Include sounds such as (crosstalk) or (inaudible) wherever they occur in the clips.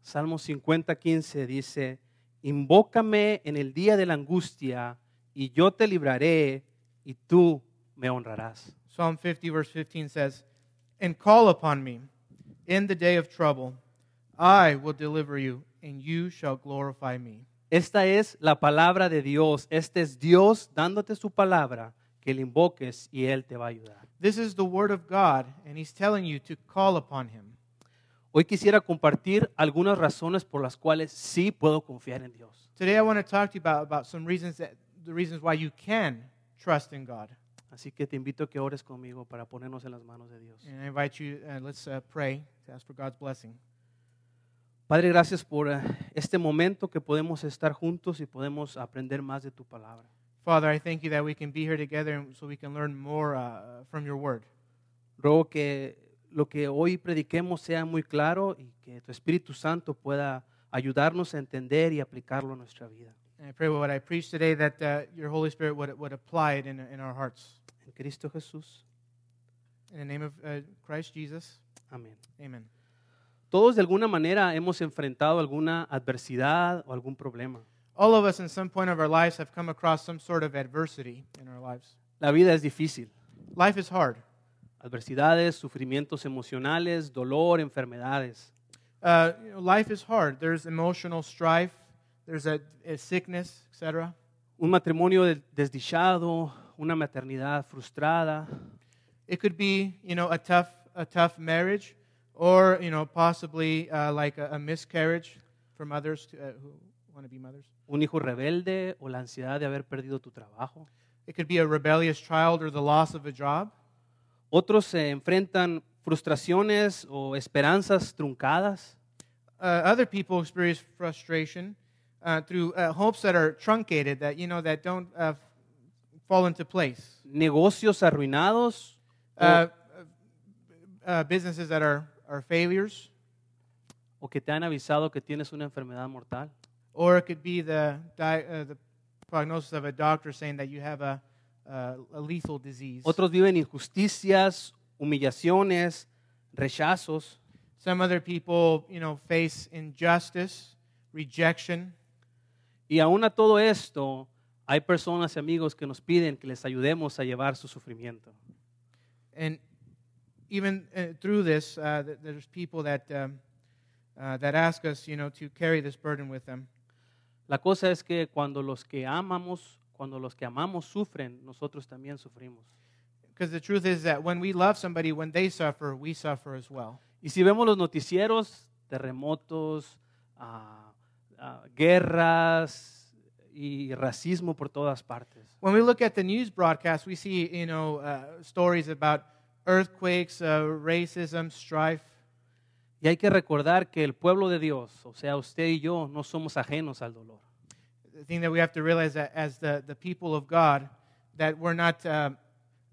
Salmo 50, 15 dice, invócame en el día de la angustia y yo te libraré y tú me honrarás. Psalm 50, verse 15 says, And call upon me in the day of trouble. I will deliver you, and you shall glorify me. Esta es la palabra de Dios. Este es Dios dándote su palabra, que le invoques y Él te va a ayudar. This is the word of God, and he's telling you to call upon him. Hoy quisiera compartir algunas razones por las cuales sí puedo confiar en Dios. Today I want to talk to you about, about some reasons that the reasons why you can trust in God. Así que te invito a que ores conmigo para ponernos en las manos de Dios. And I invite you, uh, let's uh, pray to ask for God's blessing. Padre, gracias por eh, este momento que podemos estar juntos y podemos aprender más de tu palabra. Father, I thank you that we can be here together and so we can learn more uh, from your word. Ruego que lo que hoy prediquemos sea muy claro y que tu Espíritu Santo pueda ayudarnos a entender y aplicarlo a nuestra vida. And I pray what I preach today that uh, your Holy Spirit would, would apply it in, in our hearts. En Cristo Jesús. In the name of uh, Christ Jesus, Amén. amen. Todos de alguna manera hemos enfrentado alguna adversidad o algún problema. All of us in some point of our lives have come across some sort of adversity in our lives. La vida es difícil. Life is hard. Adversidades, sufrimientos emocionales, dolor, enfermedades. Uh, you know, life is hard. There's emotional strife. There's a, a sickness, etc. Un matrimonio de- desdichado, una maternidad frustrada, It could be, you know, a tough, a tough marriage, or you know, possibly uh, like a, a miscarriage from others to, uh, who want to be mothers. un hijo rebelde o la ansiedad de haber perdido tu trabajo. It could be a rebellious child or the loss of a job. Otros se enfrentan frustraciones o esperanzas truncadas. Uh, other people experience frustration uh, through uh, hopes that are truncated, that you know, that don't uh, f- fall into place. negocios arruinados, o- uh, uh, businesses that are, are failures, o que te han avisado que tienes una enfermedad mortal. or it could be the, di- uh, the prognosis of a doctor saying that you have a, uh, a lethal disease. Otros viven injusticias, humillaciones, rechazos. Some other people, you know, face injustice, rejection, Y aún a todo esto, hay personas y amigos que nos piden que les ayudemos a llevar su sufrimiento. and even uh, through this, uh, th- there's people that um, uh, that ask us, you know, to carry this burden with them. La cosa es que cuando los que amamos, cuando los que amamos sufren, nosotros también sufrimos. Because the truth is that when we love somebody, when they suffer, we suffer as well. Y si vemos los noticieros, terremotos, ah, ah, guerras y racismo por todas partes. when we look at the news broadcast, we see you know uh, stories about earthquakes, uh, racism, strife, Y hay que recordar que el pueblo de Dios, o sea, usted y yo, no somos ajenos al dolor. the thing that we have to realize that as the, the people of God, that we're not uh,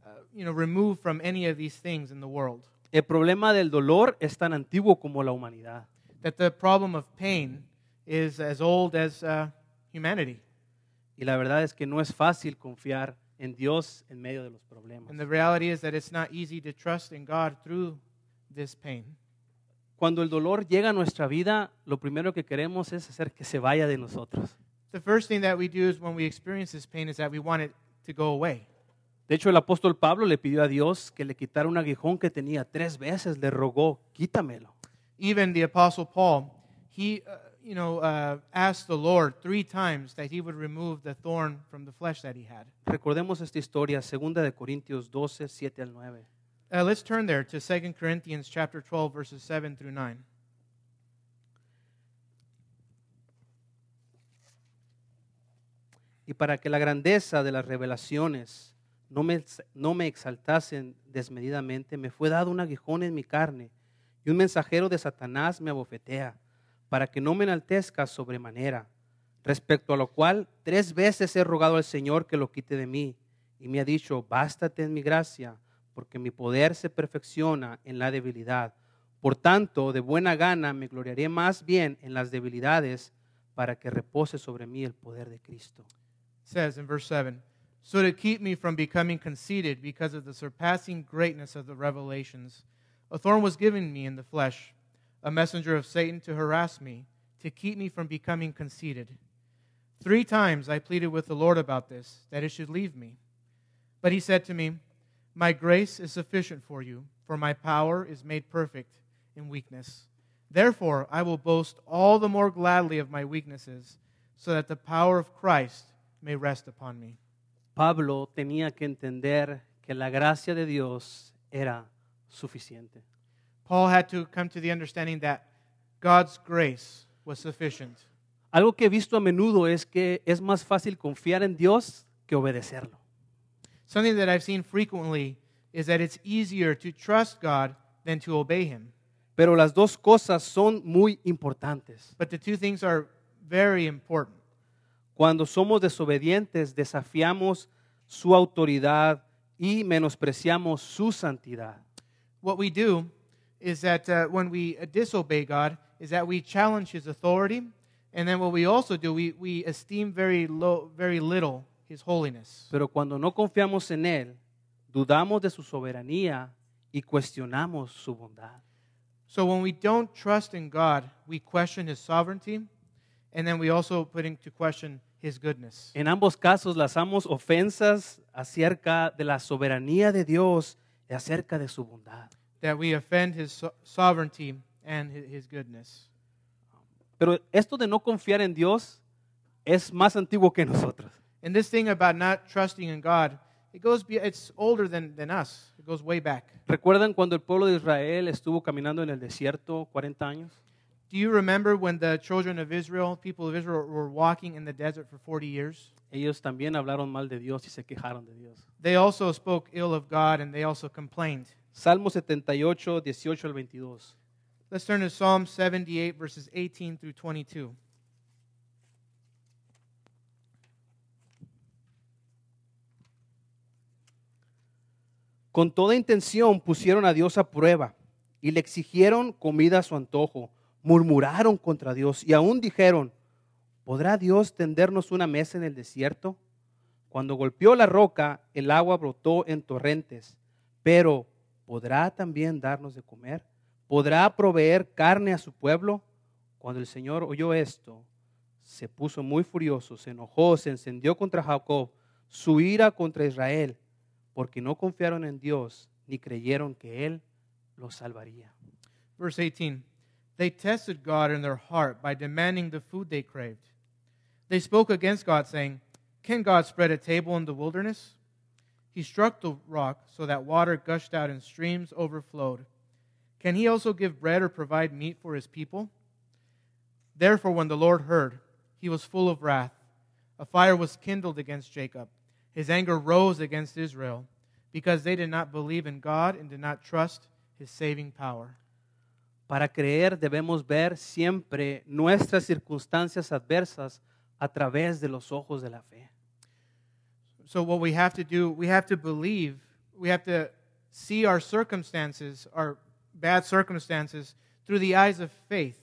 uh, you know removed from any of these things in the world. El problema del dolor es tan antiguo como la humanidad. That the problem of pain is as old as uh, humanity, Y la verdad es que no es fácil confiar en Dios en medio de los problemas. and the reality is that it's not easy to trust in God through this pain. Cuando el dolor llega a nuestra vida, lo primero que queremos es hacer que se vaya de nosotros. The first thing that we do is when we experience this pain is that we want it to go away. De hecho, el apóstol Pablo le pidió a Dios que le quitara un aguijón que tenía tres veces, le rogó, quítamelo. even the apostle paul he uh, you know uh, asked the lord three times that he would remove the thorn from the flesh that he had Recordemos esta historia, 2 de Corintios 12, 7 al 9. uh, let's turn there to 2 corinthians chapter 12 verses 7 through 9 y para que la grandeza de las revelaciones no me, ex- no me exaltasen desmedidamente, me fue dado un aguijón en mi carne y un mensajero de Satanás me abofetea, para que no me enaltezca sobremanera, respecto a lo cual tres veces he rogado al Señor que lo quite de mí, y me ha dicho, bástate en mi gracia, porque mi poder se perfecciona en la debilidad. Por tanto, de buena gana me gloriaré más bien en las debilidades, para que repose sobre mí el poder de Cristo. says in verse 7 so to keep me from becoming conceited because of the surpassing greatness of the revelations a thorn was given me in the flesh a messenger of Satan to harass me, to keep me from becoming conceited. Three times I pleaded with the Lord about this, that it should leave me. But he said to me, My grace is sufficient for you, for my power is made perfect in weakness. Therefore, I will boast all the more gladly of my weaknesses, so that the power of Christ may rest upon me. Pablo tenía que entender que la gracia de Dios era suficiente. Paul had to come to the understanding that God's grace was sufficient. Algo que he visto a menudo es que es más fácil confiar en Dios que obedecerlo. Something that I've seen frequently is that it's easier to trust God than to obey Him. Pero las dos cosas son muy importantes. But the two things are very important. Cuando somos desobedientes, desafiamos su autoridad y menospreciamos su santidad. What we do is that uh, when we uh, disobey God, is that we challenge His authority, and then what we also do, we, we esteem very low, very little His holiness. Pero cuando no confiamos en Él, dudamos de su soberanía y cuestionamos su bondad. So when we don't trust in God, we question His sovereignty, and then we also put into question His goodness. En ambos casos lanzamos ofensas acerca de la soberanía de Dios y acerca de su bondad. that we offend his so- sovereignty and hi- his goodness. Pero esto de no confiar en Dios es más antiguo que nosotros. And this thing about not trusting in God, it goes be, it's older than, than us. It goes way back. ¿Recuerdan cuando el pueblo de Israel estuvo caminando en el desierto 40 años? Do you remember when the children of Israel, people of Israel were walking in the desert for 40 years? Ellos también hablaron mal de Dios y se quejaron de Dios. They also spoke ill of God and they also complained. Salmo 78, 18 al 22. Let's turn to Psalm 78 verses 18 through 22. Con toda intención pusieron a Dios a prueba y le exigieron comida a su antojo. Murmuraron contra Dios y aún dijeron, ¿podrá Dios tendernos una mesa en el desierto? Cuando golpeó la roca, el agua brotó en torrentes, pero ¿podrá también darnos de comer? ¿Podrá proveer carne a su pueblo? Cuando el Señor oyó esto, se puso muy furioso, se enojó, se encendió contra Jacob, su ira contra Israel porque no confiaron en Dios ni creyeron que Él los salvaría. Verse 18 They tested God in their heart by demanding the food they craved. They spoke against God, saying, Can God spread a table in the wilderness? He struck the rock so that water gushed out and streams overflowed. Can he also give bread or provide meat for his people? Therefore, when the Lord heard, he was full of wrath. A fire was kindled against Jacob. His anger rose against Israel because they did not believe in God and did not trust his saving power. Para creer debemos ver siempre nuestras circunstancias adversas a través de los ojos de la fe. So what we have to do, we have to believe, we have to see our circumstances, our bad circumstances, through the eyes of faith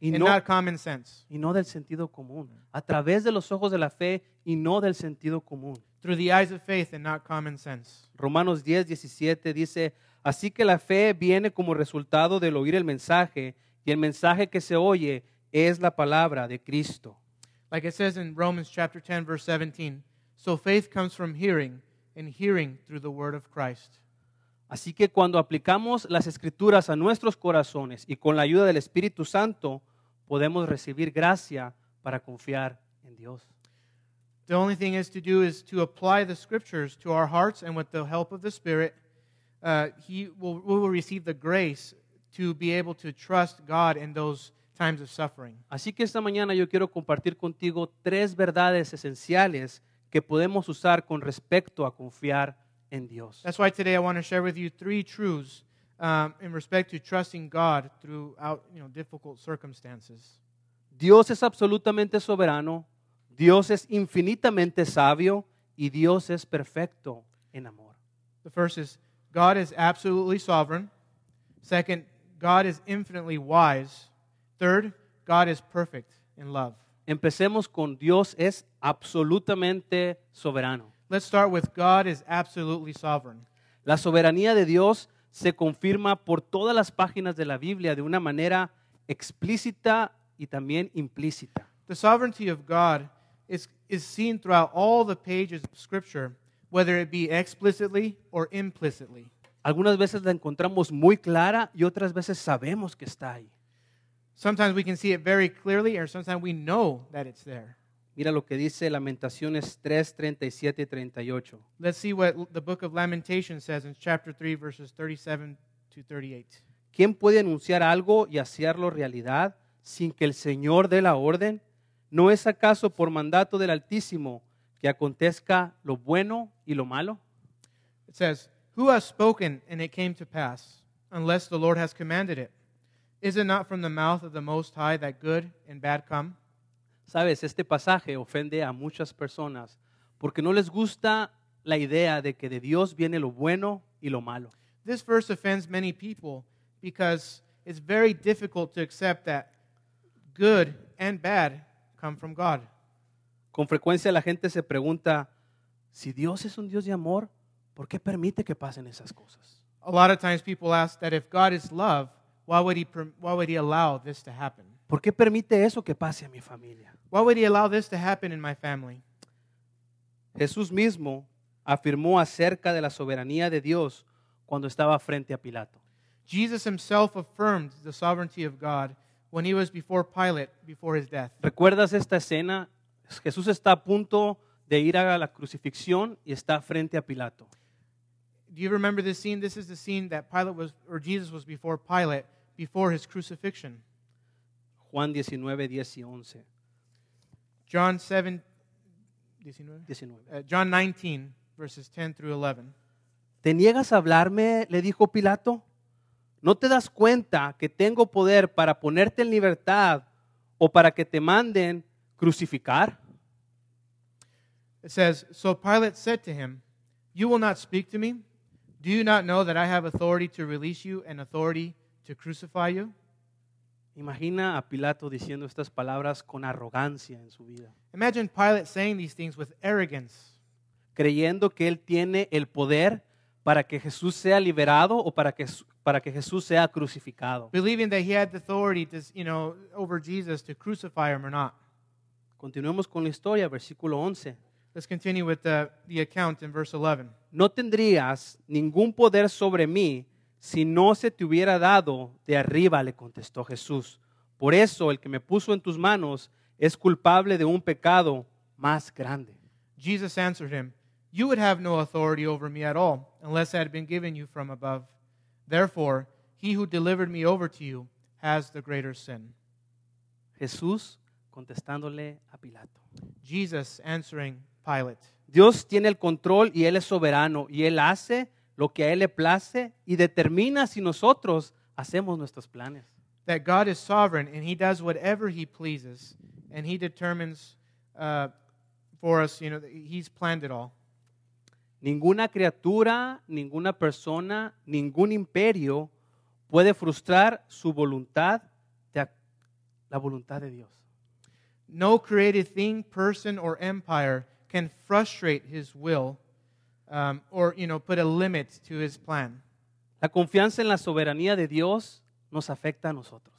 Y and no, not common sense, y no del sentido común. A través de los ojos de la fe y no del sentido común. through the eyes of faith and not common sense. Romanos 10, 17 dice, así que la fe viene como resultado del oír el mensaje y el mensaje que se oye es la palabra de Cristo. Like it says in Romans chapter 10 verse 17, so faith comes from hearing and hearing through the word of Christ. Así que cuando aplicamos las escrituras a nuestros corazones y con la ayuda del Espíritu Santo, podemos recibir gracia para confiar en Dios. The only thing is to do is to apply the scriptures to our hearts, and with the help of the Spirit, uh, he will, we will receive the grace to be able to trust God in those times of suffering. Así que esta mañana yo quiero compartir contigo tres verdades esenciales que podemos usar con respecto a confiar en Dios. That's why today I want to share with you three truths um, in respect to trusting God throughout you know, difficult circumstances. Dios es absolutamente soberano, Dios es infinitamente sabio y Dios es perfecto en amor. The first is God is absolutely sovereign. Second, God is infinitely wise. Third, God is perfect in love. Empecemos con Dios es absolutamente soberano. Let's start with God is absolutely sovereign. La soberanía de Dios se confirma por todas las páginas de la Biblia de una manera explícita y también implícita. The sovereignty of God is, is seen throughout all the pages of Scripture, whether it be explicitly or implicitly. Algunas veces la encontramos muy clara y otras veces sabemos que está ahí. Sometimes we can see it very clearly, or sometimes we know that it's there. Mira lo que dice Lamentaciones 3, 37 y 38. Let's see what the book of Lamentation says in chapter 3, verses 37 to 38. ¿Quién puede anunciar algo y hacerlo realidad sin que el Señor dé la orden? ¿No es acaso por mandato del Altísimo que acontezca lo bueno y lo malo? It says, Who has spoken and it came to pass, unless the Lord has commanded it? Is it not from the mouth of the Most High that good and bad come? Sabes, este pasaje ofende a muchas personas porque no les gusta la idea de que de Dios viene lo bueno y lo malo. This verse offends many people because it's very difficult to accept that good and bad come from God. Con frecuencia la gente se pregunta, si Dios es un Dios de amor, ¿por qué permite que pasen esas cosas? A lot of times people ask that if God is love, why would he, per- why would he allow this to happen? ¿Por qué permite eso que pase a mi familia? Why would he allow this to happen in my family? Jesús mismo afirmó acerca de la soberanía de Dios cuando estaba frente a Pilato. Jesus himself affirmed the sovereignty of God when he was before Pilate before his death. ¿Recuerdas esta escena? Jesús está a punto de ir a la crucifixión y está frente a Pilato. Do you remember this scene? This is the scene that Pilate was or Jesus was before Pilate before his crucifixion. Juan 19, 10 y 11. John 7 19? 19. Uh, John 19 verses 10 through 11. ¿Te niegas a hablarme? le dijo Pilato. ¿No te das cuenta que tengo poder para ponerte en libertad o para que te manden crucificar? It says, So Pilate said to him, You will not speak to me? Do you not know that I have authority to release you and authority to crucify you? Imagina a Pilato diciendo estas palabras con arrogancia en su vida, Imagine Pilate saying these things with arrogance, creyendo que él tiene el poder para que Jesús sea liberado o para que, para que Jesús sea crucificado. believing that he had the authority to, you know, over Jesus to crucify him or not. Continuemos con la historia, versículo 11. Let's continue with the, the account in verse 11. no tendrías ningún poder sobre mí si no se te hubiera dado de arriba, le contestó Jesús. Por eso el que me puso en tus manos es culpable de un pecado más grande. Jesus answered him, You would have no authority over me at all unless I had been given you from above. Therefore, he who delivered me over to you has the greater sin. Jesús contestándole a Pilato. Jesus answering Pilate. Dios tiene el control y Él es soberano y Él hace lo que a Él le place y determina si nosotros hacemos nuestros planes. that God is sovereign and He does whatever He pleases, and He determines uh, for us. You know, that He's planned it all. Ninguna criatura, ninguna persona, ningún imperio puede frustrar su voluntad, de ac- la voluntad de Dios. No created thing, person, or empire can frustrate His will, um, or you know, put a limit to His plan. La confianza en la soberanía de Dios nos afecta a nosotros.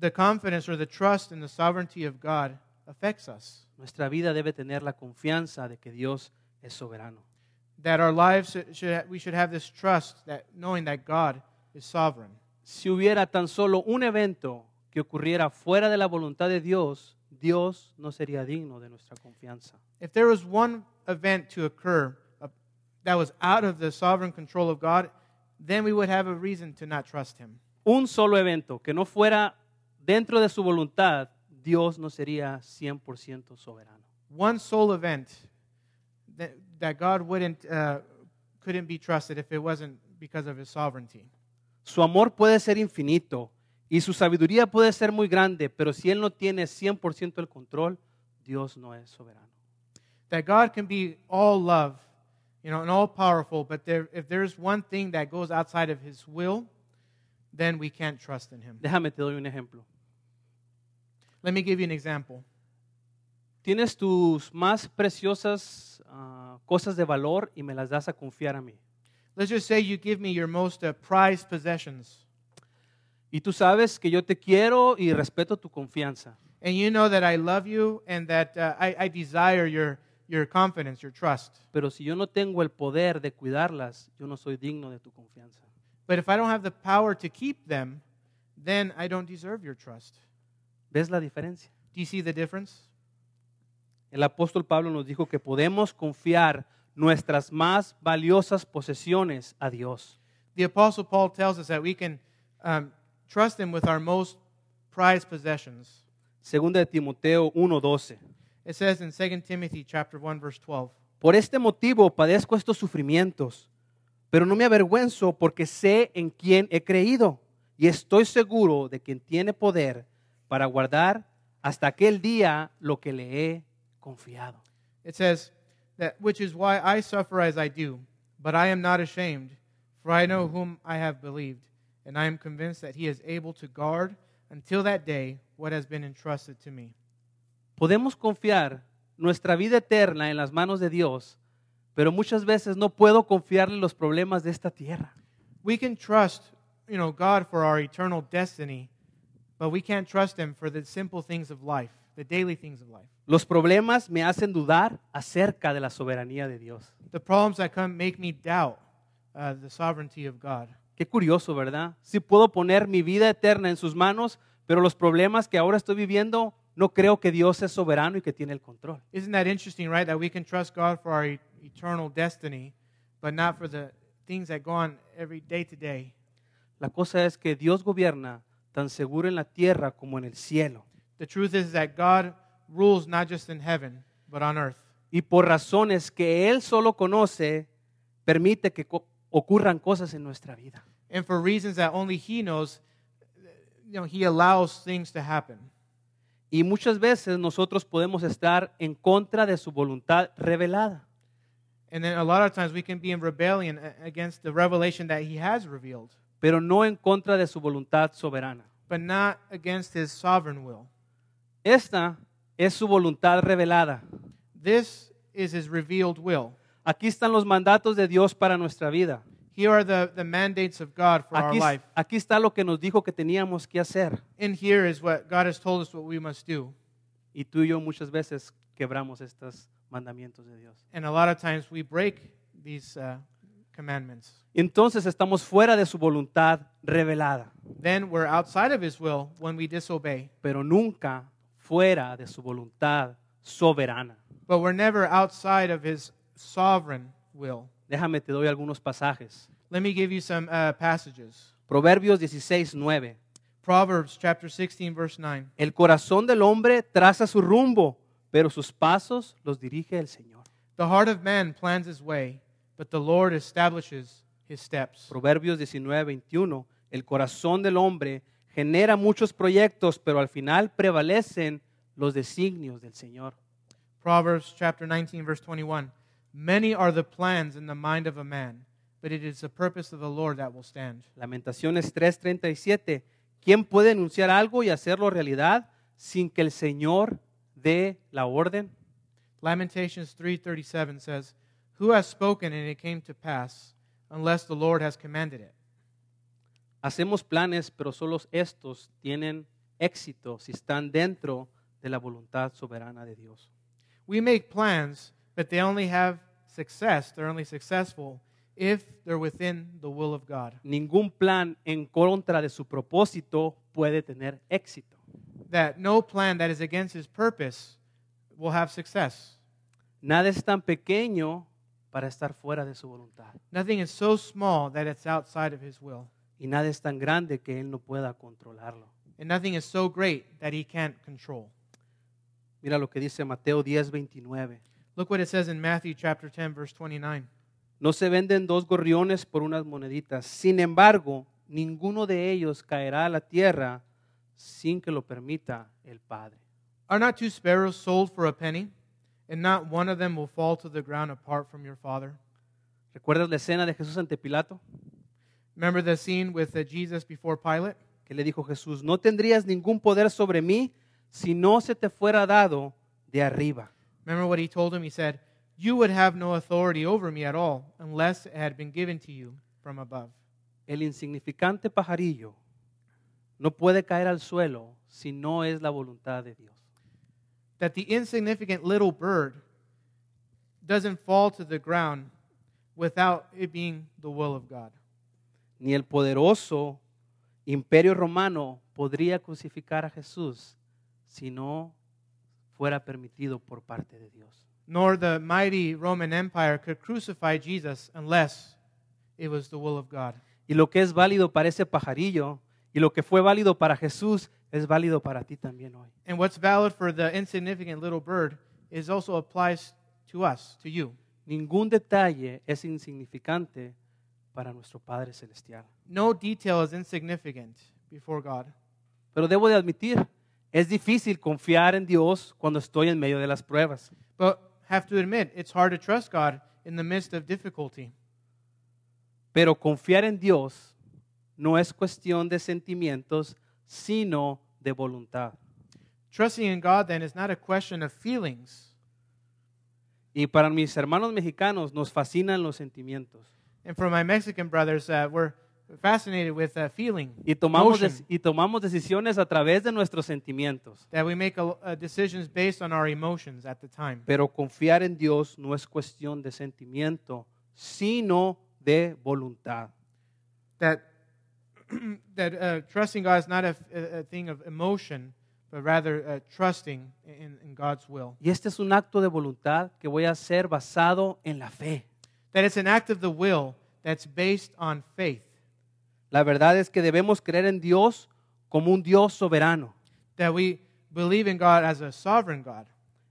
The confidence or the trust in the sovereignty of God affects us. Nuestra vida debe tener la confianza de que Dios es soberano. That our lives should, should we should have this trust that knowing that God is sovereign. Si hubiera tan solo un evento que ocurriera fuera de la voluntad de Dios, Dios no sería digno de nuestra confianza. If there was one event to occur uh, that was out of the sovereign control of God, then we would have a reason to not trust Him. un solo evento que no fuera dentro de su voluntad, Dios no sería 100% soberano. One sole event that, that God wouldn't, uh, couldn't be trusted if it wasn't because of His sovereignty. Su amor puede ser infinito y su sabiduría puede ser muy grande, pero si Él no tiene 100% el control, Dios no es soberano. That God can be all love, you know, and all powerful, but there, if there's one thing that goes outside of His will, then we can't trust in Him. Déjame te doy un ejemplo. Let me give you an example. Tienes tus más preciosas ah, cosas de valor y me las das a confiar a mí. Let's just say you give me your most uh, prized possessions. Y tú sabes que yo te quiero y respeto tu confianza. And you know that I love you and that uh, I, I desire your, your confidence, your trust. Pero si yo no tengo el poder de cuidarlas, yo no soy digno de tu confianza. But if I don't have the power to keep them, then I don't deserve your trust. ¿Ves la diferencia? Do you see the difference? El apóstol Pablo nos dijo que podemos confiar nuestras más valiosas posesiones a Dios. The Apostle Paul tells us that we can um, trust Him with our most prized possessions. Segunda de Timoteo 1:12. It says in 2 Timothy chapter 1 verse 12, Por este motivo padezco estos sufrimientos, pero no me avergüenzo porque sé en quién he creído y estoy seguro de quien tiene poder para guardar hasta aquel día lo que le he confiado. it says that which is why I suffer as I do, but I am not ashamed, for I know whom I have believed, and I am convinced that he is able to guard until that day what has been entrusted to me. Podemos confiar nuestra vida eterna en las manos de Dios, pero muchas veces no puedo confiarle los problemas de esta tierra. We can trust, you know, God for our eternal destiny, but we can't trust him for the simple things of life, the daily things of life. Los problemas me hacen dudar acerca de la soberanía de Dios. The problems that come make me doubt uh, the sovereignty of God. Qué curioso, ¿verdad? Sí puedo poner mi vida eterna en sus manos, pero los problemas que ahora estoy viviendo, no creo que Dios es soberano y que tiene el control. Isn't that interesting, right? That we can trust God for our e- eternal destiny, but not for the things that go on every day to day. La cosa es que Dios gobierna tan seguro en la tierra como en el cielo. The truth is that God rules not just in heaven, but on earth. Y por razones que Él solo conoce, permite que co- ocurran cosas en nuestra vida. And for reasons that only He knows, you know, He allows things to happen. Y muchas veces nosotros podemos estar en contra de su voluntad revelada. And then a lot of times we can be in rebellion a- against the revelation that He has revealed, pero no en contra de su voluntad soberana. but not against His sovereign will. Esta es su voluntad revelada. This is His revealed will. Aquí están los mandatos de Dios para nuestra vida. Here are the, the mandates of God for our Aquí, life. aquí está lo que nos dijo que teníamos que hacer. in here is what God has told us what we must do. Y tú y yo muchas veces quebramos estos mandamientos de Dios. And a lot of times we break these uh, commandments. Entonces estamos fuera de su voluntad revelada, Then we're outside of His will when we disobey. pero nunca fuera de su voluntad soberana. But we're never outside of His sovereign will. Déjame, te doy algunos pasajes. Let me give you some uh, passages. Proverbios 16, 9. Proverbs chapter 16, verse 9. El corazón del hombre traza su rumbo, pero sus pasos los dirige el Señor. The heart of man plans his way, but the Lord establishes his steps. Proverbios 19, 21. El corazón del hombre genera muchos proyectos, pero al final prevalecen los designios del Señor. Proverbs chapter 19, verse 21. Many are the plans in the mind of a man, but it is the purpose of the Lord that will stand. Lamentaciones 3, 37. ¿Quién puede anunciar algo y hacerlo realidad sin que el Señor dé la orden? Lamentations 3:37 says, "Who has spoken and it came to pass, unless the Lord has commanded it?" Hacemos planes, pero solo estos tienen éxito si están dentro de la voluntad soberana de Dios. We make plans, but they only have success, they're only successful if they're within the will of God. ningún plan en contra de su propósito puede tener éxito. That no plan that is against his purpose will have success. Nada es tan pequeño para estar fuera de su voluntad Nothing is so small that it's outside of his will, y nada es tan grande que él no pueda controlarlo. and nothing is so great that he can't control. Mira lo que dice Mateo 10, 29. Look what it says in Matthew chapter 10 verse 29. No se venden dos gorriones por unas moneditas. Sin embargo, ninguno de ellos caerá a la tierra sin que lo permita el Padre. Are not two sparrows sold for a penny? And not one of them will fall to the ground apart from your father? ¿Recuerdas la escena de Jesús ante Pilato? Remember the scene with uh, Jesus before Pilate? que le dijo Jesús, no tendrías ningún poder sobre mí si no se te fuera dado de arriba. Remember what he told him? He said, you would have no authority over me at all unless it had been given to you from above. El insignificante pajarillo no puede caer al suelo si no es la voluntad de Dios. That the insignificant little bird doesn't fall to the ground without it being the will of God. Ni el poderoso imperio romano podría crucificar a Jesús si no fuera permitido por parte de Dios. Nor the mighty Roman Empire could crucify Jesus unless it was the will of God. Y lo que es válido para ese pajarillo y lo que fue válido para Jesús es válido para ti también hoy. And what's valid for the insignificant little bird is also applies to us, to you. Ningún detalle es insignificante para nuestro Padre Celestial. No detail is insignificant before God. Pero debo de admitir, es difícil confiar en Dios cuando estoy en medio de las pruebas. But have to admit, it's hard to trust God in the midst of difficulty. Pero confiar en Dios no es cuestión de sentimientos, sino de voluntad. Trusting in God then is not a question of feelings. Y para mis hermanos mexicanos nos fascinan los sentimientos. And for my Mexican brothers, uh, we're fascinated with uh, feeling Y tomamos, emotion, des- y tomamos decisiones a través de nuestros sentimientos. that we make a, uh, decisions based on our emotions at the time. Pero confiar en Dios no es cuestión de sentimiento, sino de voluntad. That (clears throat) that uh, trusting God is not a, a- a thing of emotion, but rather uh, trusting in, in God's will. Y este es un acto de voluntad que voy a hacer basado en la fe. That it's an act of the will that's based on faith. La verdad es que debemos creer en Dios como un Dios soberano. That we believe in God as a sovereign God.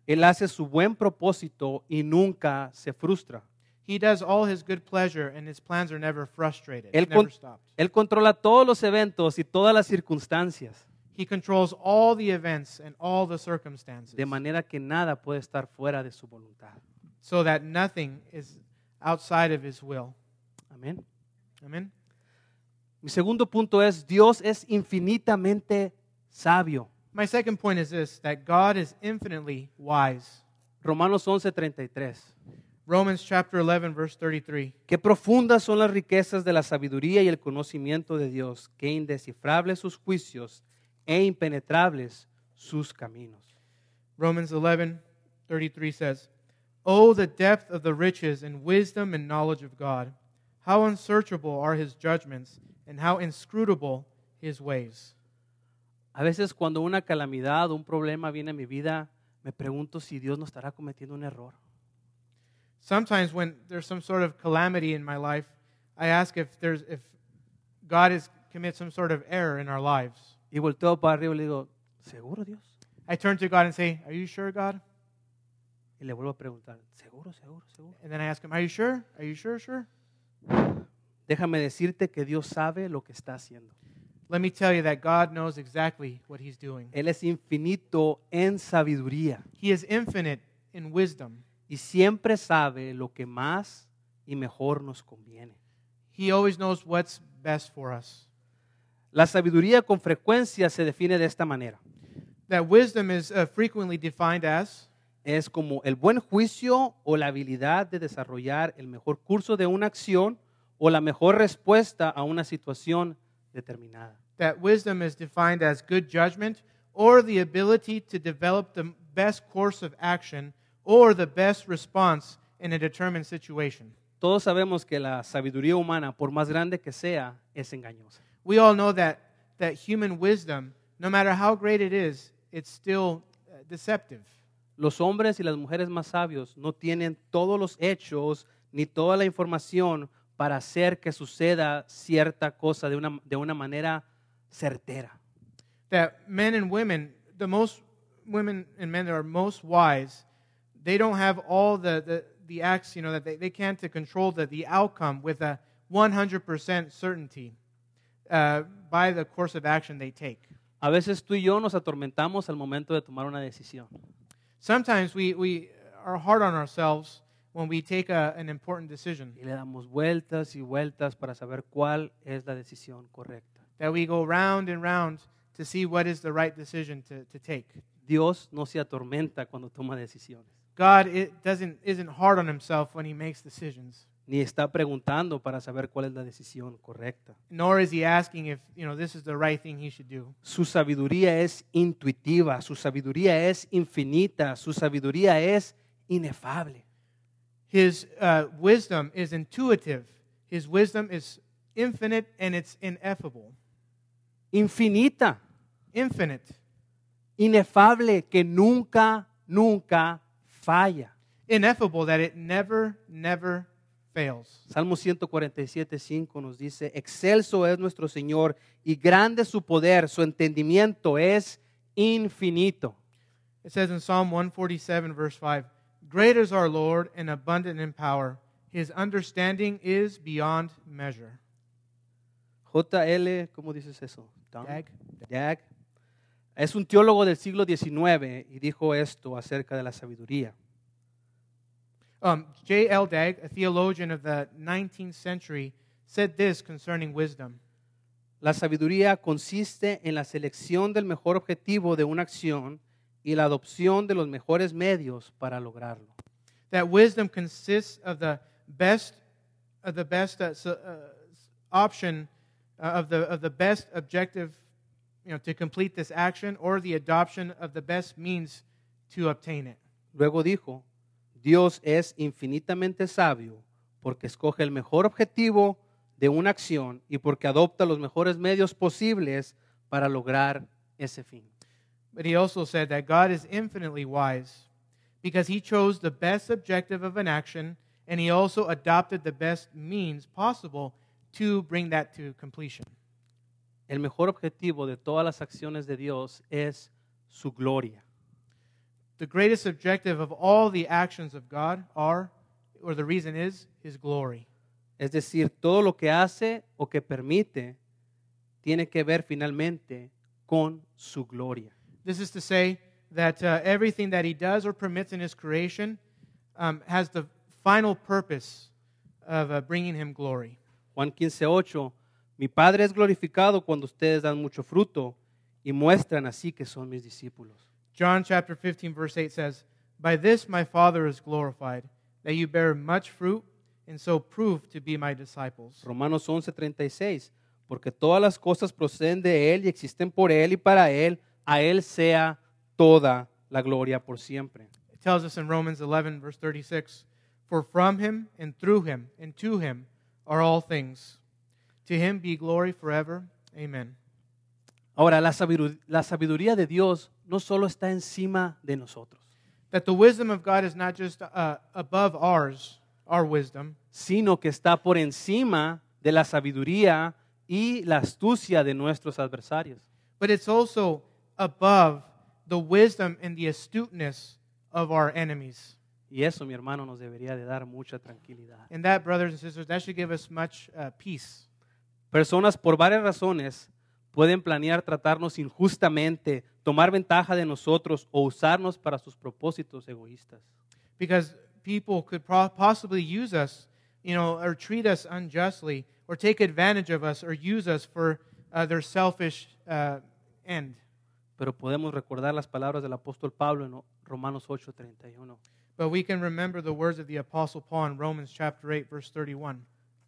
Él hace su buen propósito y nunca se frustra. He does all His good pleasure, and His plans are never frustrated, Él, never con- stopped. él controla todos los eventos y todas las circunstancias, He controls all the events and all the circumstances. de manera que nada puede estar fuera de su voluntad. so that nothing is outside of his will. Amén. Amen. Mi segundo punto es, Dios es infinitamente sabio. My second point is this that God is infinitely wise. Romanos 11:33. Romans chapter 11 verse 33. Qué profundas son las riquezas de la sabiduría y el conocimiento de Dios, qué indescifrables sus juicios e impenetrables sus caminos. Romans 11 33 says, "Oh the depth of the riches and wisdom and knowledge of God. How unsearchable are his judgments and how inscrutable his ways." A veces cuando una calamidad o un problema viene a mi vida, me pregunto si Dios no estará cometiendo un error. Sometimes when there's some sort of calamity in my life, I ask if there's if God has commit some sort of error in our lives. Y volteo para arriba y le digo, ¿seguro Dios? I turn to God and say, Are you sure, God? Y le vuelvo a preguntar, ¿seguro, seguro, seguro? And then I ask him, Are you sure? Are you sure, sure? Déjame decirte que Dios sabe lo que está haciendo. Let me tell you that God knows exactly what he's doing. Él es infinito en sabiduría He is infinite in wisdom. y siempre sabe lo que más y mejor nos conviene. He always knows what's best for us. La sabiduría con frecuencia se define de esta manera. That wisdom is uh, frequently defined as Es como el buen juicio o la habilidad de desarrollar el mejor curso de una acción o la mejor respuesta a una situación determinada. that wisdom is defined as good judgment or the ability to develop the best course of action or the best response in a determined situation. Todos sabemos que la sabiduría humana, por más grande que sea, es engañosa. We all know that, that human wisdom, no matter how great it is, it's still uh, deceptive. Los hombres y las mujeres más sabios no tienen todos los hechos ni toda la información para hacer que suceda cierta cosa de una, de una manera certera. That men and women, the most women and men that are most wise, they don't have all the, the, the acts, you know, that they, they can to control the, the outcome with a 100% certainty uh, by the course of action they take. A veces tú y yo nos atormentamos al momento de tomar una decisión. Sometimes we, we are hard on ourselves when we take a, an important decision. y le damos vueltas y vueltas para saber cuál es la decisión correcta. that we go round and round to see what is the right decision to, to take. Dios no se atormenta cuando toma decisiones. God it doesn't, isn't hard on himself when he makes decisions, ni está preguntando para saber cuál es la decisión correcta. nor is he asking if, you know, this is the right thing he should do. Su sabiduría es intuitiva, su sabiduría es infinita, su sabiduría es inefable. His uh, wisdom is intuitive. His wisdom is infinite and it's ineffable. Infinita, Infinite, inefable, que nunca, nunca falla. ineffable, that it never, never fails. Salmo 147, 5 nos dice, Excelso es nuestro Señor y grande su poder, su entendimiento es infinito. It says in Psalm 147, verse 5 Great is our Lord and abundant in power. His understanding is beyond measure. JL, ¿cómo dices eso? Dunk? Dag. Dag. Es un teólogo del siglo XIX y dijo esto acerca de la sabiduría. Um, J.L. Dagg, a theologian of the 19th century, said this concerning wisdom La sabiduría consiste en la selección del mejor objetivo de una acción y la adopción de los mejores medios para lograrlo. that wisdom consists of the best of the best uh, so- uh, option uh, of the of the best objective you know to complete this action or the adoption of the best means to obtain it Luego dijo, Dios es infinitamente sabio porque escoge el mejor objetivo de una acción y porque adopta los mejores medios posibles para lograr ese fin. But he also said that God is infinitely wise because he chose the best objective of an action and he also adopted the best means possible to bring that to completion. El mejor objetivo de todas las acciones de Dios es su gloria. The greatest objective of all the actions of God are, or the reason is, his glory. Es decir, todo lo que hace o que permite tiene que ver finalmente con su gloria. This is to say that uh, everything that he does or permits in his creation um, has the final purpose of uh, bringing him glory. Juan 15:8, mi Padre es glorificado cuando ustedes dan mucho fruto y muestran así que son mis discípulos. John chapter 15, verse 8 says, By this my Father is glorified, that you bear much fruit, and so prove to be my disciples. Romanos 11:36, porque todas las cosas proceden de Él y existen por Él y para Él, a Él sea toda la gloria por siempre. It tells us in Romans 11, verse 36, For from him, and through him, and to him are all things. To him be glory forever. Amen. Ahora, la sabidu- la sabiduría de Dios no solo está encima de nosotros, That the wisdom of God is not just uh, above ours, our wisdom, sino que está por encima de la sabiduría y la astucia de nuestros adversarios. but it's also above the wisdom and the astuteness of our enemies. Y eso, mi hermano, nos debería de dar mucha tranquilidad. And that, brothers and sisters, that should give us much uh, peace. Personas por varias razones pueden planear tratarnos injustamente, tomar ventaja de nosotros o usarnos para sus propósitos egoístas. Because people could pro- possibly use us, you know, or treat us unjustly, or take advantage of us, or use us for uh, their selfish uh, end. Pero podemos recordar las palabras del apóstol Pablo en Romanos 8:31. But we can remember the words of the Apostle Paul in Romans chapter 8, verse 31.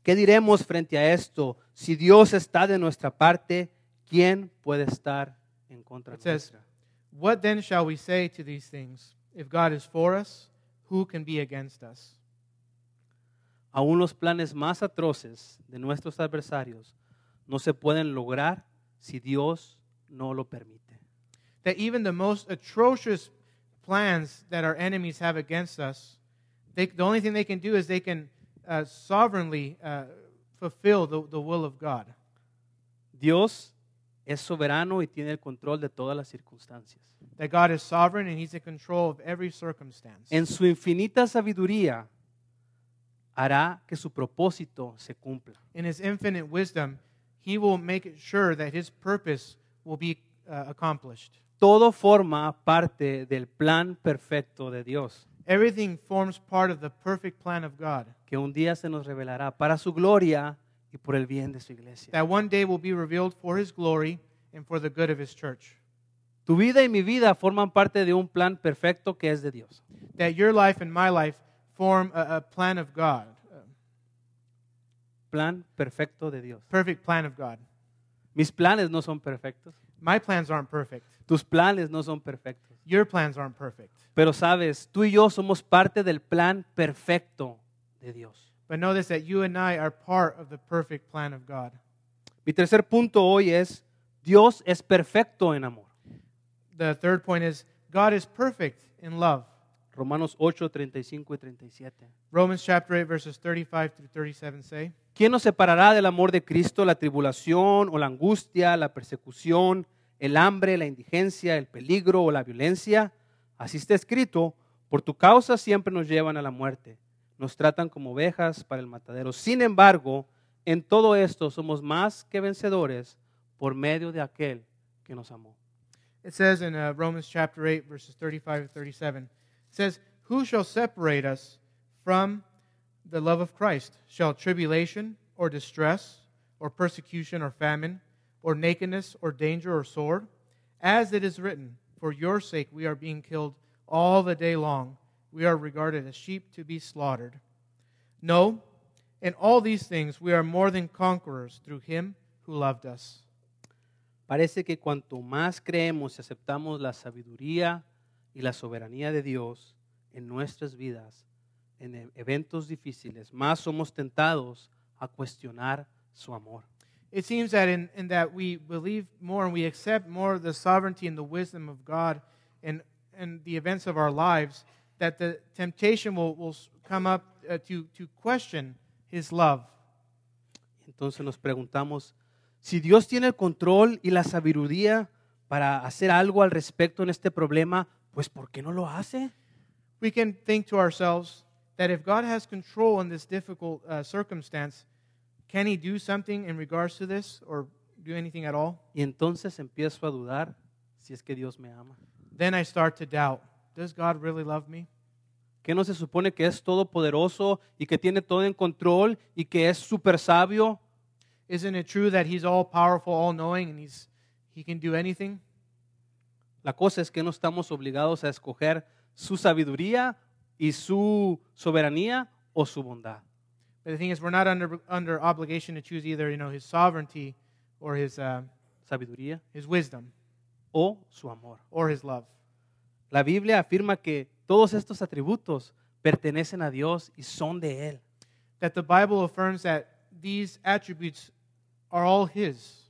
¿Qué diremos frente a esto? Si Dios está de nuestra parte, ¿quién puede estar en contra It says- nuestra? What then shall we say to these things? If God is for us, who can be against us? Aún los planes más atroces de nuestros adversarios no se pueden lograr si Dios no lo permite. that even the most atrocious plans that our enemies have against us, they, the only thing they can do is they can uh, sovereignly uh, fulfill the, the will of God. Dios es soberano y tiene el control de todas las circunstancias. That God is sovereign and He's in control of every circumstance. En su infinita sabiduría hará que su propósito se cumpla. in His infinite wisdom, He will make it sure that His purpose will be uh, accomplished. Todo forma parte del plan perfecto de Dios, Everything forms part of the perfect plan of God que un día se nos revelará para su gloria y por el bien de su iglesia. that one day will be revealed for His glory and for the good of His church. Tu vida y mi vida forman parte de un plan perfecto que es de Dios. that your life and my life form a, a plan of God, a Plan perfecto de Dios. perfect plan of God. Mis planes no son perfectos. My plans aren't perfect. Tus planes no son perfectos. Your plans aren't perfect. Pero sabes, tú y yo somos parte del plan perfecto de Dios. But know this that you and I are part of the perfect plan of God. Mi tercer punto hoy es, Dios es perfecto en amor. The third point is God is perfect in love. Romanos 8, 35 y 37. Romans chapter 8, verses 35 through 37 say, ¿Quién nos separará del amor de Cristo? La tribulación o la angustia, la persecución, el hambre, la indigencia, el peligro o la violencia. Así está escrito, por tu causa siempre nos llevan a la muerte. Nos tratan como ovejas para el matadero. Sin embargo, en todo esto somos más que vencedores por medio de aquel que nos amó. It says in uh, Romans chapter 8, verses 35 to 37, it says, Who shall separate us from the love of Christ? Shall tribulation or distress or persecution or famine or nakedness or danger or sword? As it is written, For your sake we are being killed all the day long. We are regarded as sheep to be slaughtered. No, in all these things we are more than conquerors through him who loved us. Parece que cuanto más creemos y aceptamos la sabiduría y la soberanía de Dios en nuestras vidas, en e- eventos difíciles, más somos tentados a cuestionar su amor. It seems that in, in that we believe more and we accept more the sovereignty and the wisdom of God and and the events of our lives, that the temptation will, will s- come up uh, to, to question his love. Entonces nos preguntamos, si Dios tiene el control y la sabiduría para hacer algo al respecto en este problema, pues ¿por qué no lo hace? We can think to ourselves that if God has control in this difficult uh, circumstance, can he do something in regards to this or do anything at all? Y entonces empiezo a dudar si es que Dios me ama. Then I start to doubt does God really love me? que no se supone que es todopoderoso y que tiene todo en control y que es súper sabio. Isn't it true that he's all powerful, all knowing, and he's, he can do anything? La cosa es que no estamos obligados a escoger su sabiduría y su soberanía o su bondad. But the thing is, we're not under under obligation to choose either, you know, his sovereignty or his uh, Sabiduría his wisdom o su amor. or his love. La Biblia afirma que todos estos atributos pertenecen a Dios y son de Él. That the Bible affirms that these attributes are all his.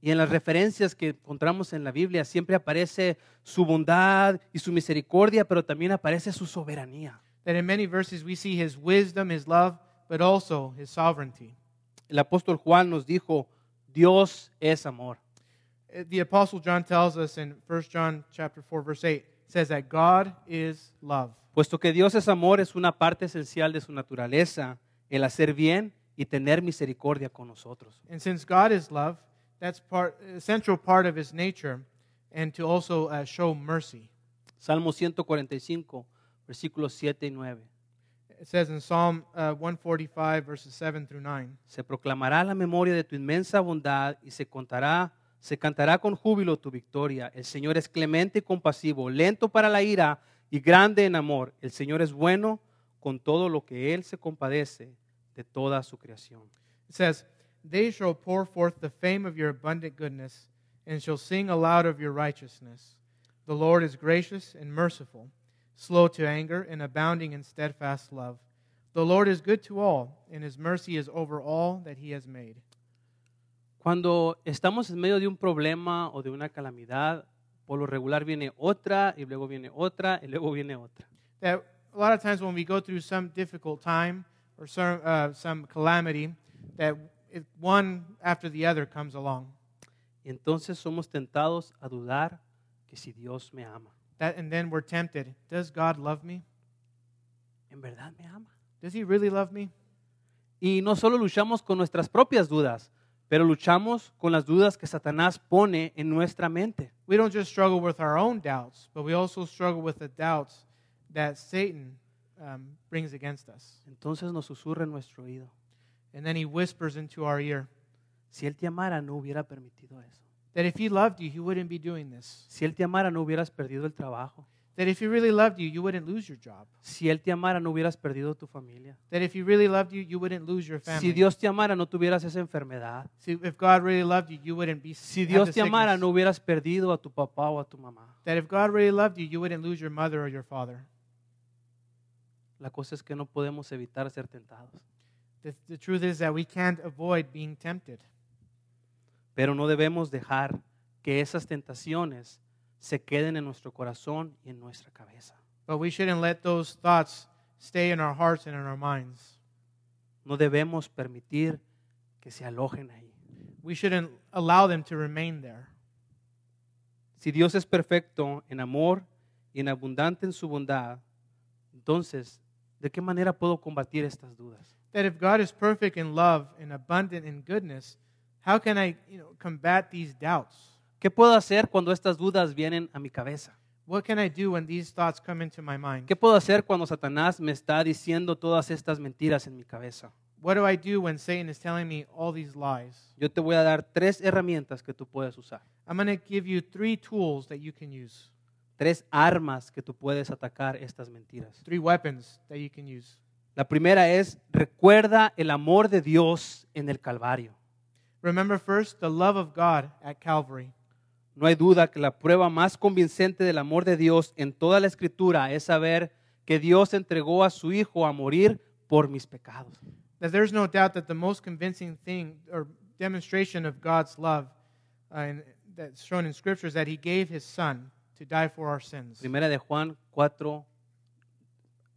Y en las referencias que encontramos en la Biblia siempre aparece su bondad y su misericordia, pero también aparece su soberanía. That in many verses we see his wisdom, his love, but also his sovereignty. El apóstol Juan nos dijo, Dios es amor. Uh, The apostle John tells us in 1 John chapter 4 verse 8 says that God is love. Puesto que Dios es amor, es una parte esencial de su naturaleza, el hacer bien y tener misericordia con nosotros. And since God is love, that's part a central part of his nature and to also uh, show mercy. Salmo 145, versículos 7 y 9. It says in Psalm uh, 145, verses 7 through 9. Se proclamará la memoria de tu inmensa bondad y se contará, se cantará con júbilo tu victoria. El Señor es clemente y compasivo, lento para la ira y grande en amor. El Señor es bueno con todo lo que Él se compadece de toda su creación. It says, They shall pour forth the fame of your abundant goodness, and shall sing aloud of your righteousness. The Lord is gracious and merciful, slow to anger, and abounding in steadfast love. The Lord is good to all, and his mercy is over all that he has made. Cuando estamos en medio de un problema o de una calamidad, por lo regular viene otra y luego viene otra y luego viene otra. That a lot of times when we go through some difficult time or some, uh, some calamity, that it, one after the other comes along. Y entonces somos tentados a dudar que si Dios me ama, That, and then we're tempted. Does God love me? en verdad me ama. Does he really love me? Y no solo luchamos con nuestras propias dudas, pero luchamos con las dudas que Satanás pone en nuestra mente. We don't just struggle with our own doubts, but we also struggle with the doubts that Satan um, brings against us. Entonces nos susurra en nuestro oído. And then he whispers into our ear Si Él te amara, no hubiera permitido eso. that if he loved you, he wouldn't be doing this. Si Él te amara, no hubieras perdido el trabajo. That if he really loved you, you wouldn't lose your job. Si Él te amara, no hubieras perdido tu familia. That if he really loved you, you wouldn't lose your family. Si Dios te amara, no tuvieras esa enfermedad. See, if God really loved you, you wouldn't be Si have Dios the te amara, sickness. no hubieras perdido a tu papá o a tu mamá. That if God really loved you, you wouldn't lose your mother or your father. La cosa es que no podemos evitar ser tentados. The, the truth is that we can't avoid being tempted. Pero no debemos dejar que esas tentaciones se queden en nuestro corazón y en nuestra cabeza. But we shouldn't let those thoughts stay in our hearts and in our minds. No debemos permitir que se alojen ahí. We shouldn't allow them to remain there. Si Dios es perfecto en amor y en abundante en su bondad, entonces, ¿de qué manera puedo combatir estas dudas? That if God is perfect in love and abundant in goodness, how can I you know, combat these doubts? ¿Qué puedo hacer cuando estas dudas vienen a mi cabeza? What can I do when these thoughts come into my mind? ¿Qué puedo hacer cuando Satanás me está diciendo todas estas mentiras en mi cabeza? What do I do when Satan is telling me all these lies? Yo te voy a dar tres herramientas que tú puedes usar, I'm going to give you three tools that you can use, tres armas que tú puedes atacar estas mentiras. three weapons that you can use. La primera es, recuerda el amor de Dios en el Calvario. Remember first the love of God at Calvary. No hay duda que la prueba más convincente del amor de Dios en toda la escritura es saber que Dios entregó a su Hijo a morir por mis pecados. That there's no doubt that the most convincing thing or demonstration of God's love uh, in, that's shown in Scripture is that He gave His Son to die for our sins. Primera de Juan 4,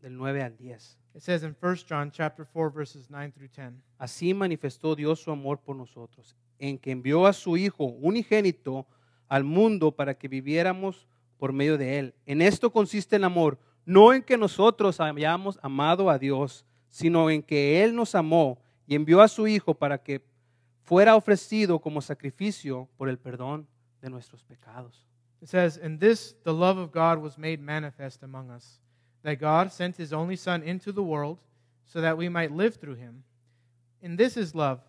del 9 al 10. It says in 1 John chapter 4 verses 9 through 10. Así manifestó Dios su amor por nosotros, en que envió a su Hijo unigénito al mundo para que viviéramos por medio de Él. En esto consiste el amor, no en que nosotros hayamos amado a Dios, sino en que Él nos amó y envió a su Hijo para que fuera ofrecido como sacrificio por el perdón de nuestros pecados. It says, "In this the love of God was made manifest among us, that God sent his only son into the world so that we might live through him. And this is love,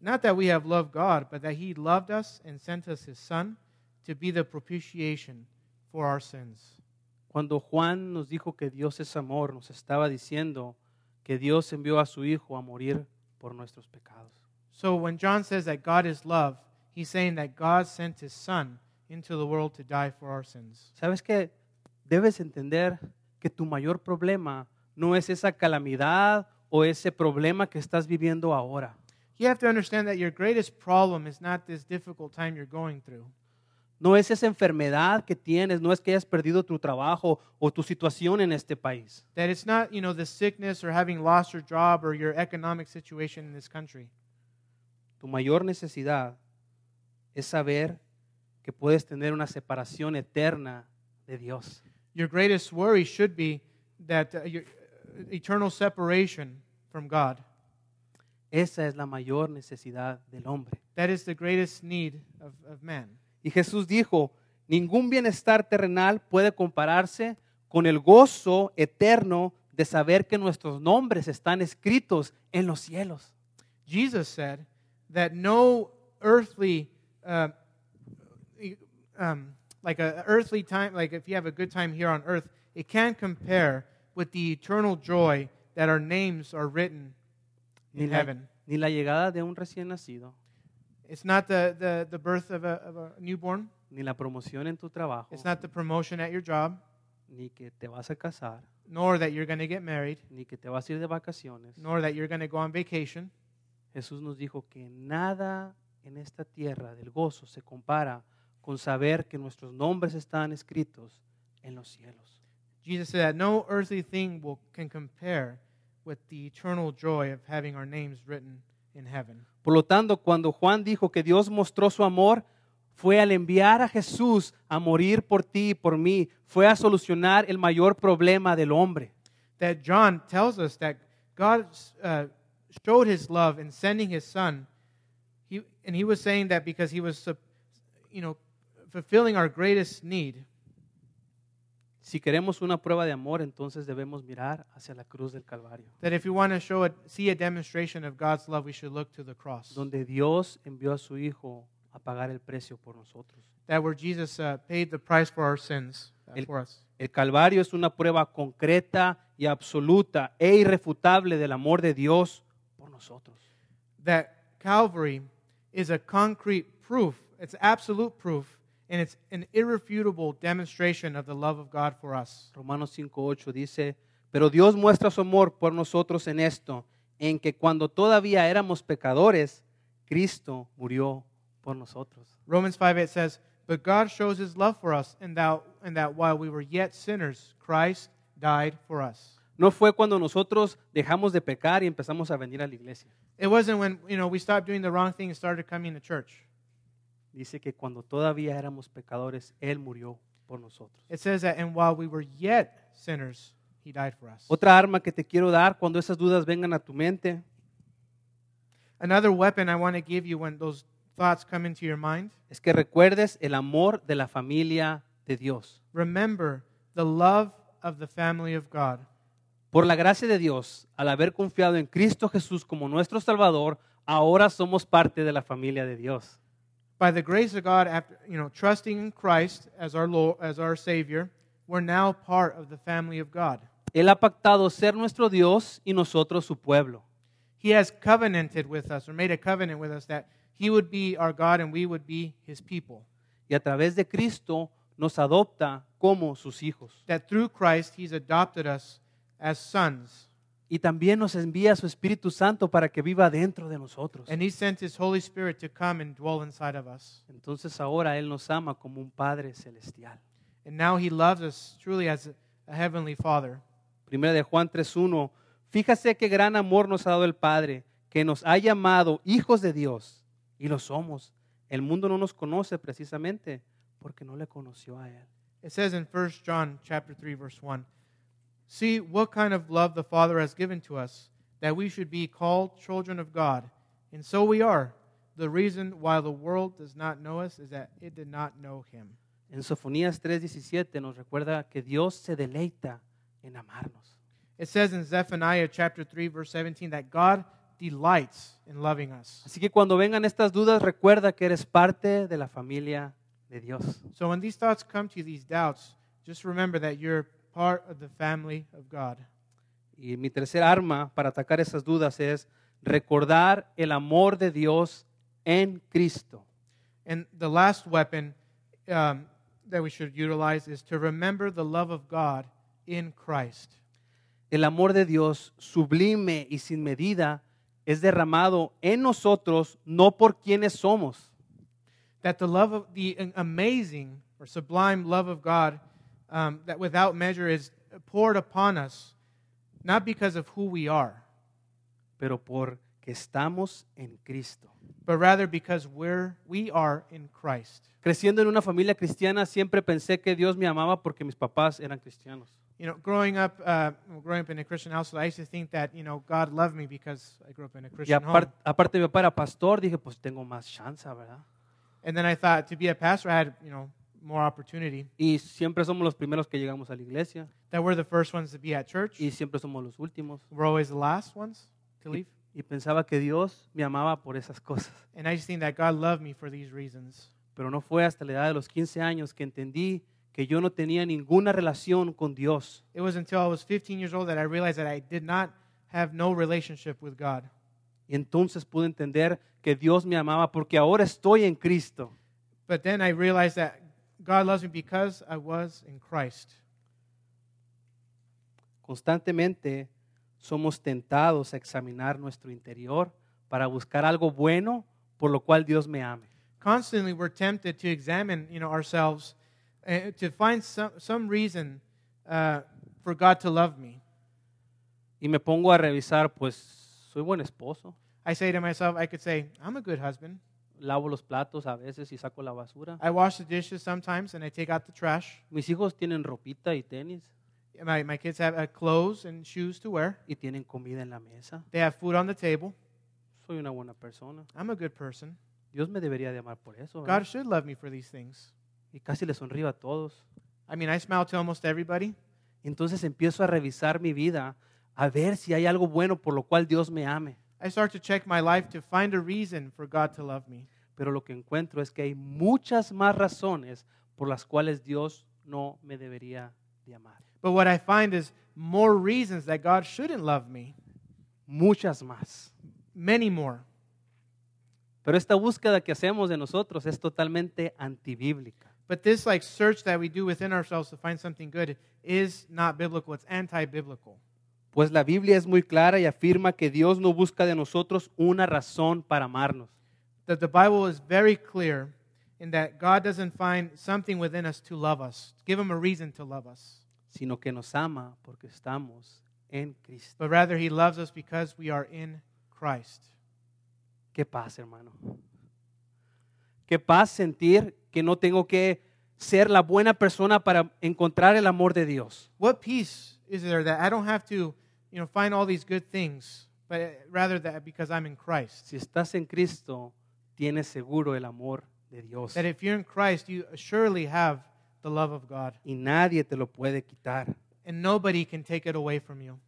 not that we have loved God, but that he loved us and sent us his son to be the propitiation for our sins." Cuando Juan nos dijo que Dios es amor, nos estaba diciendo que Dios envió a su Hijo a morir por nuestros pecados. So when John says that God is love, he's saying that God sent his son into the world to die for our sins. ¿Sabes que Debes entender que tu mayor problema no es esa calamidad o ese problema que estás viviendo ahora. You have to understand that your greatest problem is not this difficult time you're going through. No es esa enfermedad que tienes, no es que hayas perdido tu trabajo o tu situación en este país. That it's not, you know, the sickness or having lost your job or your economic situation in this country. Tu mayor necesidad es saber que puedes tener una separación eterna de Dios. Your greatest worry should be that uh, your uh, eternal separation from God. Esa es la mayor necesidad del hombre. That is the greatest need of, of man. Y Jesús dijo, ningún bienestar terrenal puede compararse con el gozo eterno de saber que nuestros nombres están escritos en los cielos. Jesus said that no earthly, uh, um, like a earthly time, like if you have a good time here on earth, it can't compare with the eternal joy that our names are written Ni in la, heaven. ni la llegada de un recién nacido, It's not the, the, the birth of a, of a newborn. ni la promoción en tu trabajo, It's not the promotion at your job, ni que te vas a casar, nor that you're going to get married, ni que te vas a ir de vacaciones. nor that you're going to go on vacation. Jesús nos dijo que nada en esta tierra del gozo se compara con saber que nuestros nombres están escritos en los cielos. Jesus said that no earthly thing will, can compare with the eternal joy of having our names written in heaven. Por lo tanto, cuando Juan dijo que Dios mostró su amor, fue al enviar a Jesús a morir por ti y por mí, fue a solucionar el mayor problema del hombre. That John tells us that God uh, showed his love in sending his son. He, and he was saying that because he was, sup- you know, fulfilling our greatest need. Si queremos una prueba de amor, entonces debemos mirar hacia la cruz del Calvario, That if we want to show a, see a demonstration of God's love, we should look to the cross. donde Dios envió a su Hijo a pagar el precio por nosotros. that where Jesus uh, paid the price for our sins. uh, El- for us. El Calvario es una prueba concreta y absoluta e irrefutable del amor de Dios por nosotros. That Calvary is a concrete proof, it's absolute proof, and it's an irrefutable demonstration of the love of God for us. Romanos 5.8 dice, pero Dios muestra su amor por nosotros en esto, en que cuando todavía éramos pecadores, Cristo murió por nosotros. Romans 5 8 says, But God shows his love for us in that, in that while we were yet sinners, Christ died for us. No fue cuando nosotros dejamos de pecar y empezamos a venir a la iglesia. It wasn't when you know we stopped doing the wrong thing and started coming to church. Dice que cuando todavía éramos pecadores, Él murió por nosotros. It says that, and while we were yet sinners, he died for us. Otra arma que te quiero dar cuando esas dudas vengan a tu mente Another weapon I want to give you when those thoughts come into your mind es que recuerdes el amor de la familia de Dios. remember the love of the family of God. Por la gracia de Dios, al haber confiado en Cristo Jesús como nuestro Salvador, ahora somos parte de la familia de Dios. By the grace of God, after you know, trusting in Christ as our Lord, as our Savior, we're now part of the family of God. Él ha pactado ser nuestro Dios y nosotros su pueblo. He has covenanted with us or made a covenant with us that he would be our God and we would be his people. Y a través de Cristo nos adopta como sus hijos. That through Christ he's adopted us as sons. Y también nos envía su Espíritu Santo para que viva dentro de nosotros. And he sent his Holy Spirit to come and dwell inside of us. Entonces ahora Él nos ama como un Padre celestial. And now he loves us truly as a heavenly father. Primera de Juan 3.1. Fíjase qué gran amor nos ha dado el Padre, que nos ha llamado hijos de Dios. Y lo somos. El mundo no nos conoce precisamente porque no le conoció a Él. It says in 1 John chapter 3 verse 1, "See what kind of love the Father has given to us that we should be called children of God, and so we are. The reason why the world does not know us is that it did not know him." En Sofonías 3.17 nos recuerda que Dios se deleita en amarnos. It says in Zephaniah chapter 3 verse 17 that God delights in loving us. Así que cuando vengan estas dudas, recuerda que eres parte de la familia de Dios. So when these thoughts come to you, these doubts, just remember that you're part of the family of God. Y mi tercer arma para atacar esas dudas es recordar el amor de Dios en Cristo. And the last weapon um, that we should utilize is to remember the love of God in Christ. El amor de Dios, sublime y sin medida, es derramado en nosotros, no por quienes somos, That the love of the amazing or sublime love of God um, that without measure is poured upon us, not because of who we are, pero porque estamos en Cristo. but rather because we're, we are in Christ. Creciendo en una familia cristiana, siempre pensé que Dios me amaba porque mis papás eran cristianos. You know, growing up, uh, growing up in a Christian household, I used to think that you know God loved me because I grew up in a Y Christian home. apar- aparte mi papá era pastor, dije, pues tengo más chance, ¿verdad? And then I thought to be a pastor, I had you know more opportunity. Y siempre somos los primeros que llegamos a la iglesia that we're the first ones to be at church. y siempre somos los últimos. We're always the last ones to leave. Y pensaba que Dios me amaba por esas cosas. And I just think that God loved me for these reasons. Pero no fue hasta la edad de los 15 años que entendí que yo no tenía ninguna relación con Dios. It was until I was 15 years old that I realized that I did not have no relationship with God. Y entonces pude entender que Dios me amaba porque ahora estoy en Cristo. But then I realized that God loves me because I was in Christ. Constantemente somos tentados a examinar nuestro interior para buscar algo bueno por lo cual Dios me ame. Constantly we're tempted to examine, you know, ourselves uh, to find some, some reason uh, for God to love me. Y me pongo a revisar, pues soy buen esposo, I say to myself, I could say, I'm a good husband. lavo los platos a veces y saco la basura. I wash the dishes sometimes and I take out the trash. Mis hijos tienen ropita y tenis My, my kids have uh, clothes and shoes to wear. y tienen comida en la mesa. They have food on the table. Soy una buena persona. I'm a good person. Dios me debería de amar por eso. ¿verdad? God should love me for these things. Y casi le sonrío a todos. I mean, I smile to almost everybody. Entonces empiezo a revisar mi vida, a ver si hay algo bueno por lo cual Dios me ame. I start to check my life to find a reason for God to love me. Pero lo que encuentro es que hay muchas más razones por las cuales Dios no me debería de amar. But what I find is more reasons that God shouldn't love me, Muchas más. many more. Pero esta búsqueda que hacemos de nosotros es totalmente antibíblica. But this like search that we do within ourselves to find something good is not biblical. It's anti-biblical. Pues la Biblia es muy clara y afirma que Dios no busca de nosotros una razón para amarnos. That the Bible is very clear in that God doesn't find something within us to love us, give him a reason to love us, sino que nos ama porque estamos en Cristo. but rather he loves us because we are in Christ. ¿Qué pasa, hermano? ¿Qué paz sentir que no tengo que ser la buena persona para encontrar el amor de Dios? What peace is there that I don't have to, you know, find all these good things, but rather that because I'm in Christ. Si estás en Cristo, tienes seguro el amor de Dios That if you're in Christ, you surely have the love of God, y nadie te lo puede quitar. and nobody can take it away from you.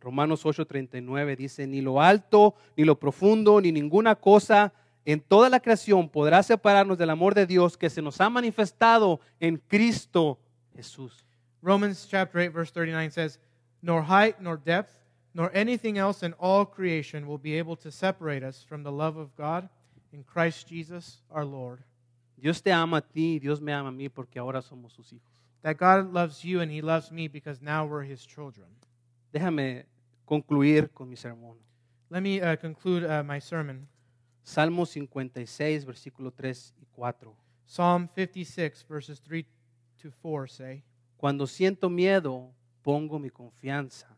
Romanos 8:39 dice, ni lo alto, ni lo profundo, ni ninguna cosa en toda la creación podrá separarnos del amor de Dios que se nos ha manifestado en Cristo Jesús. Romans chapter 8 verse 39 says, "Nor height nor depth nor anything else in all creation will be able to separate us from the love of God in Christ Jesus our Lord." Dios te ama a ti, Dios me ama a mí porque ahora somos sus hijos. That God loves you and he loves me because now we're his children. Déjame concluir con mi sermón. Let me uh, conclude uh, my sermon. Salmo 56, versículo 3 y 4. Psalm 56 verses 3 to 4 say, Cuando siento miedo, pongo mi confianza.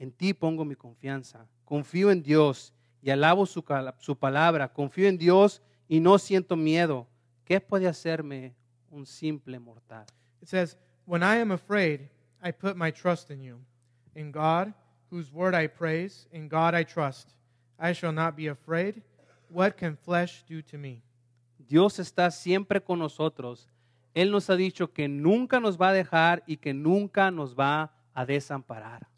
En ti pongo mi confianza. Confío en Dios y alabo su, cala- su palabra. Confío en Dios y no siento miedo. ¿Qué puede hacerme un simple mortal? It says, When I am afraid, I put my trust in you. In God, whose word I praise, in God I trust. I shall not be afraid. What can flesh do to me? Dios está siempre con nosotros. Él nos ha dicho que nunca nos va a dejar y que nunca nos va a desamparar.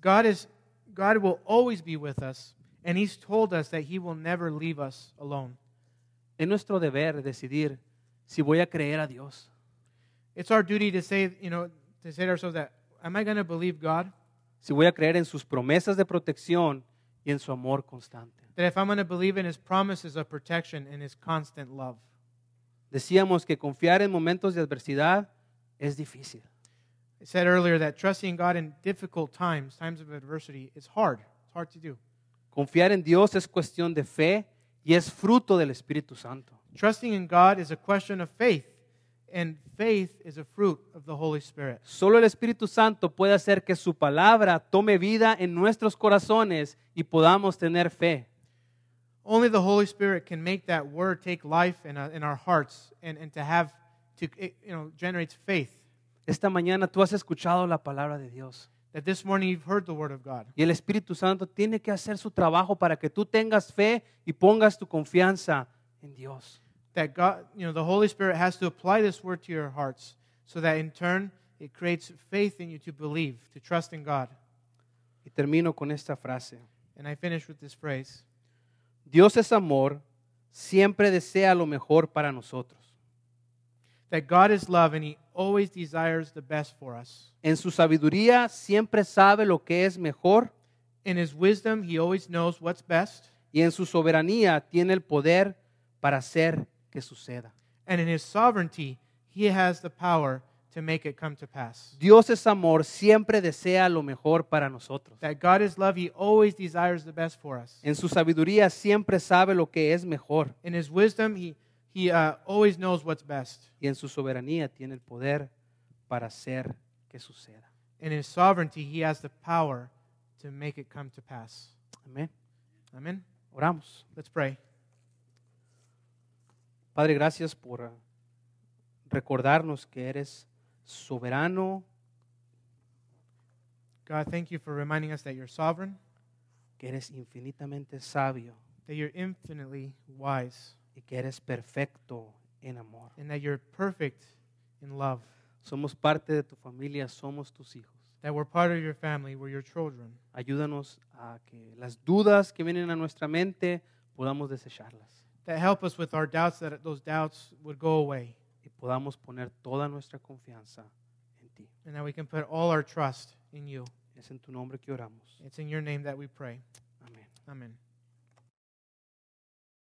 God is God will always be with us, and He's told us that He will never leave us alone. Es nuestro deber decidir si voy a creer a Dios. It's our duty to say, you know, to say to ourselves that am I gonna believe God? si voy a creer en sus promesas de protección y en su amor constante. That if I'm gonna believe in His promises of protection and His constant love. Decíamos que confiar en momentos de adversidad es difícil, I said earlier that trusting God in difficult times, times of adversity, is hard. It's hard to do. confiar en Dios es cuestión de fe y es fruto del Espíritu Santo. Trusting in God is a question of faith, and faith is a fruit of the Holy Spirit. Solo el Espíritu Santo puede hacer que su palabra tome vida en nuestros corazones y podamos tener fe. Only the Holy Spirit can make that word take life in, uh, in our hearts and, and to have to it, you know generates faith. Esta mañana tú has escuchado la palabra de Dios That this morning you've heard the word of God. y el Espíritu Santo tiene que hacer su trabajo para que tú tengas fe y pongas tu confianza en Dios. That God, you know, the Holy Spirit has to apply this word to your hearts so that in turn it creates faith in you to believe, to trust in God. Y termino con esta frase. And I finish with this phrase. Dios es amor, siempre desea lo mejor para nosotros. That God is love and he always desires the best for us. En su sabiduría siempre sabe lo que es mejor In his wisdom, he always knows what's best. y en su soberanía tiene el poder para hacer que suceda. and in his sovereignty, he has the power to make it come to pass. Dios es amor, siempre desea lo mejor para nosotros. That God is love, he always desires the best for us. En su sabiduría siempre sabe lo que es mejor In his wisdom, he, he uh, always knows what's best. y en su soberanía tiene el poder para hacer que suceda. In his sovereignty, he has the power to make it come to pass. Amén. Amen? Oramos. Let's pray. Padre, gracias por ah, recordarnos que eres soberano, God, thank you for reminding us that you're sovereign, que eres infinitamente sabio that you're infinitely wise, y que eres perfecto en amor. and that you're perfect in love, Somos parte de tu familia, somos tus hijos. that we're part of your family, we're your children. Ayúdanos a que las dudas que vienen a nuestra mente podamos desecharlas That help us with our doubts, that those doubts would go away. y podamos poner toda nuestra confianza en ti. and that we can put all our trust in you. Es en tu nombre que oramos. It's in your name that we pray. Amén. Amen.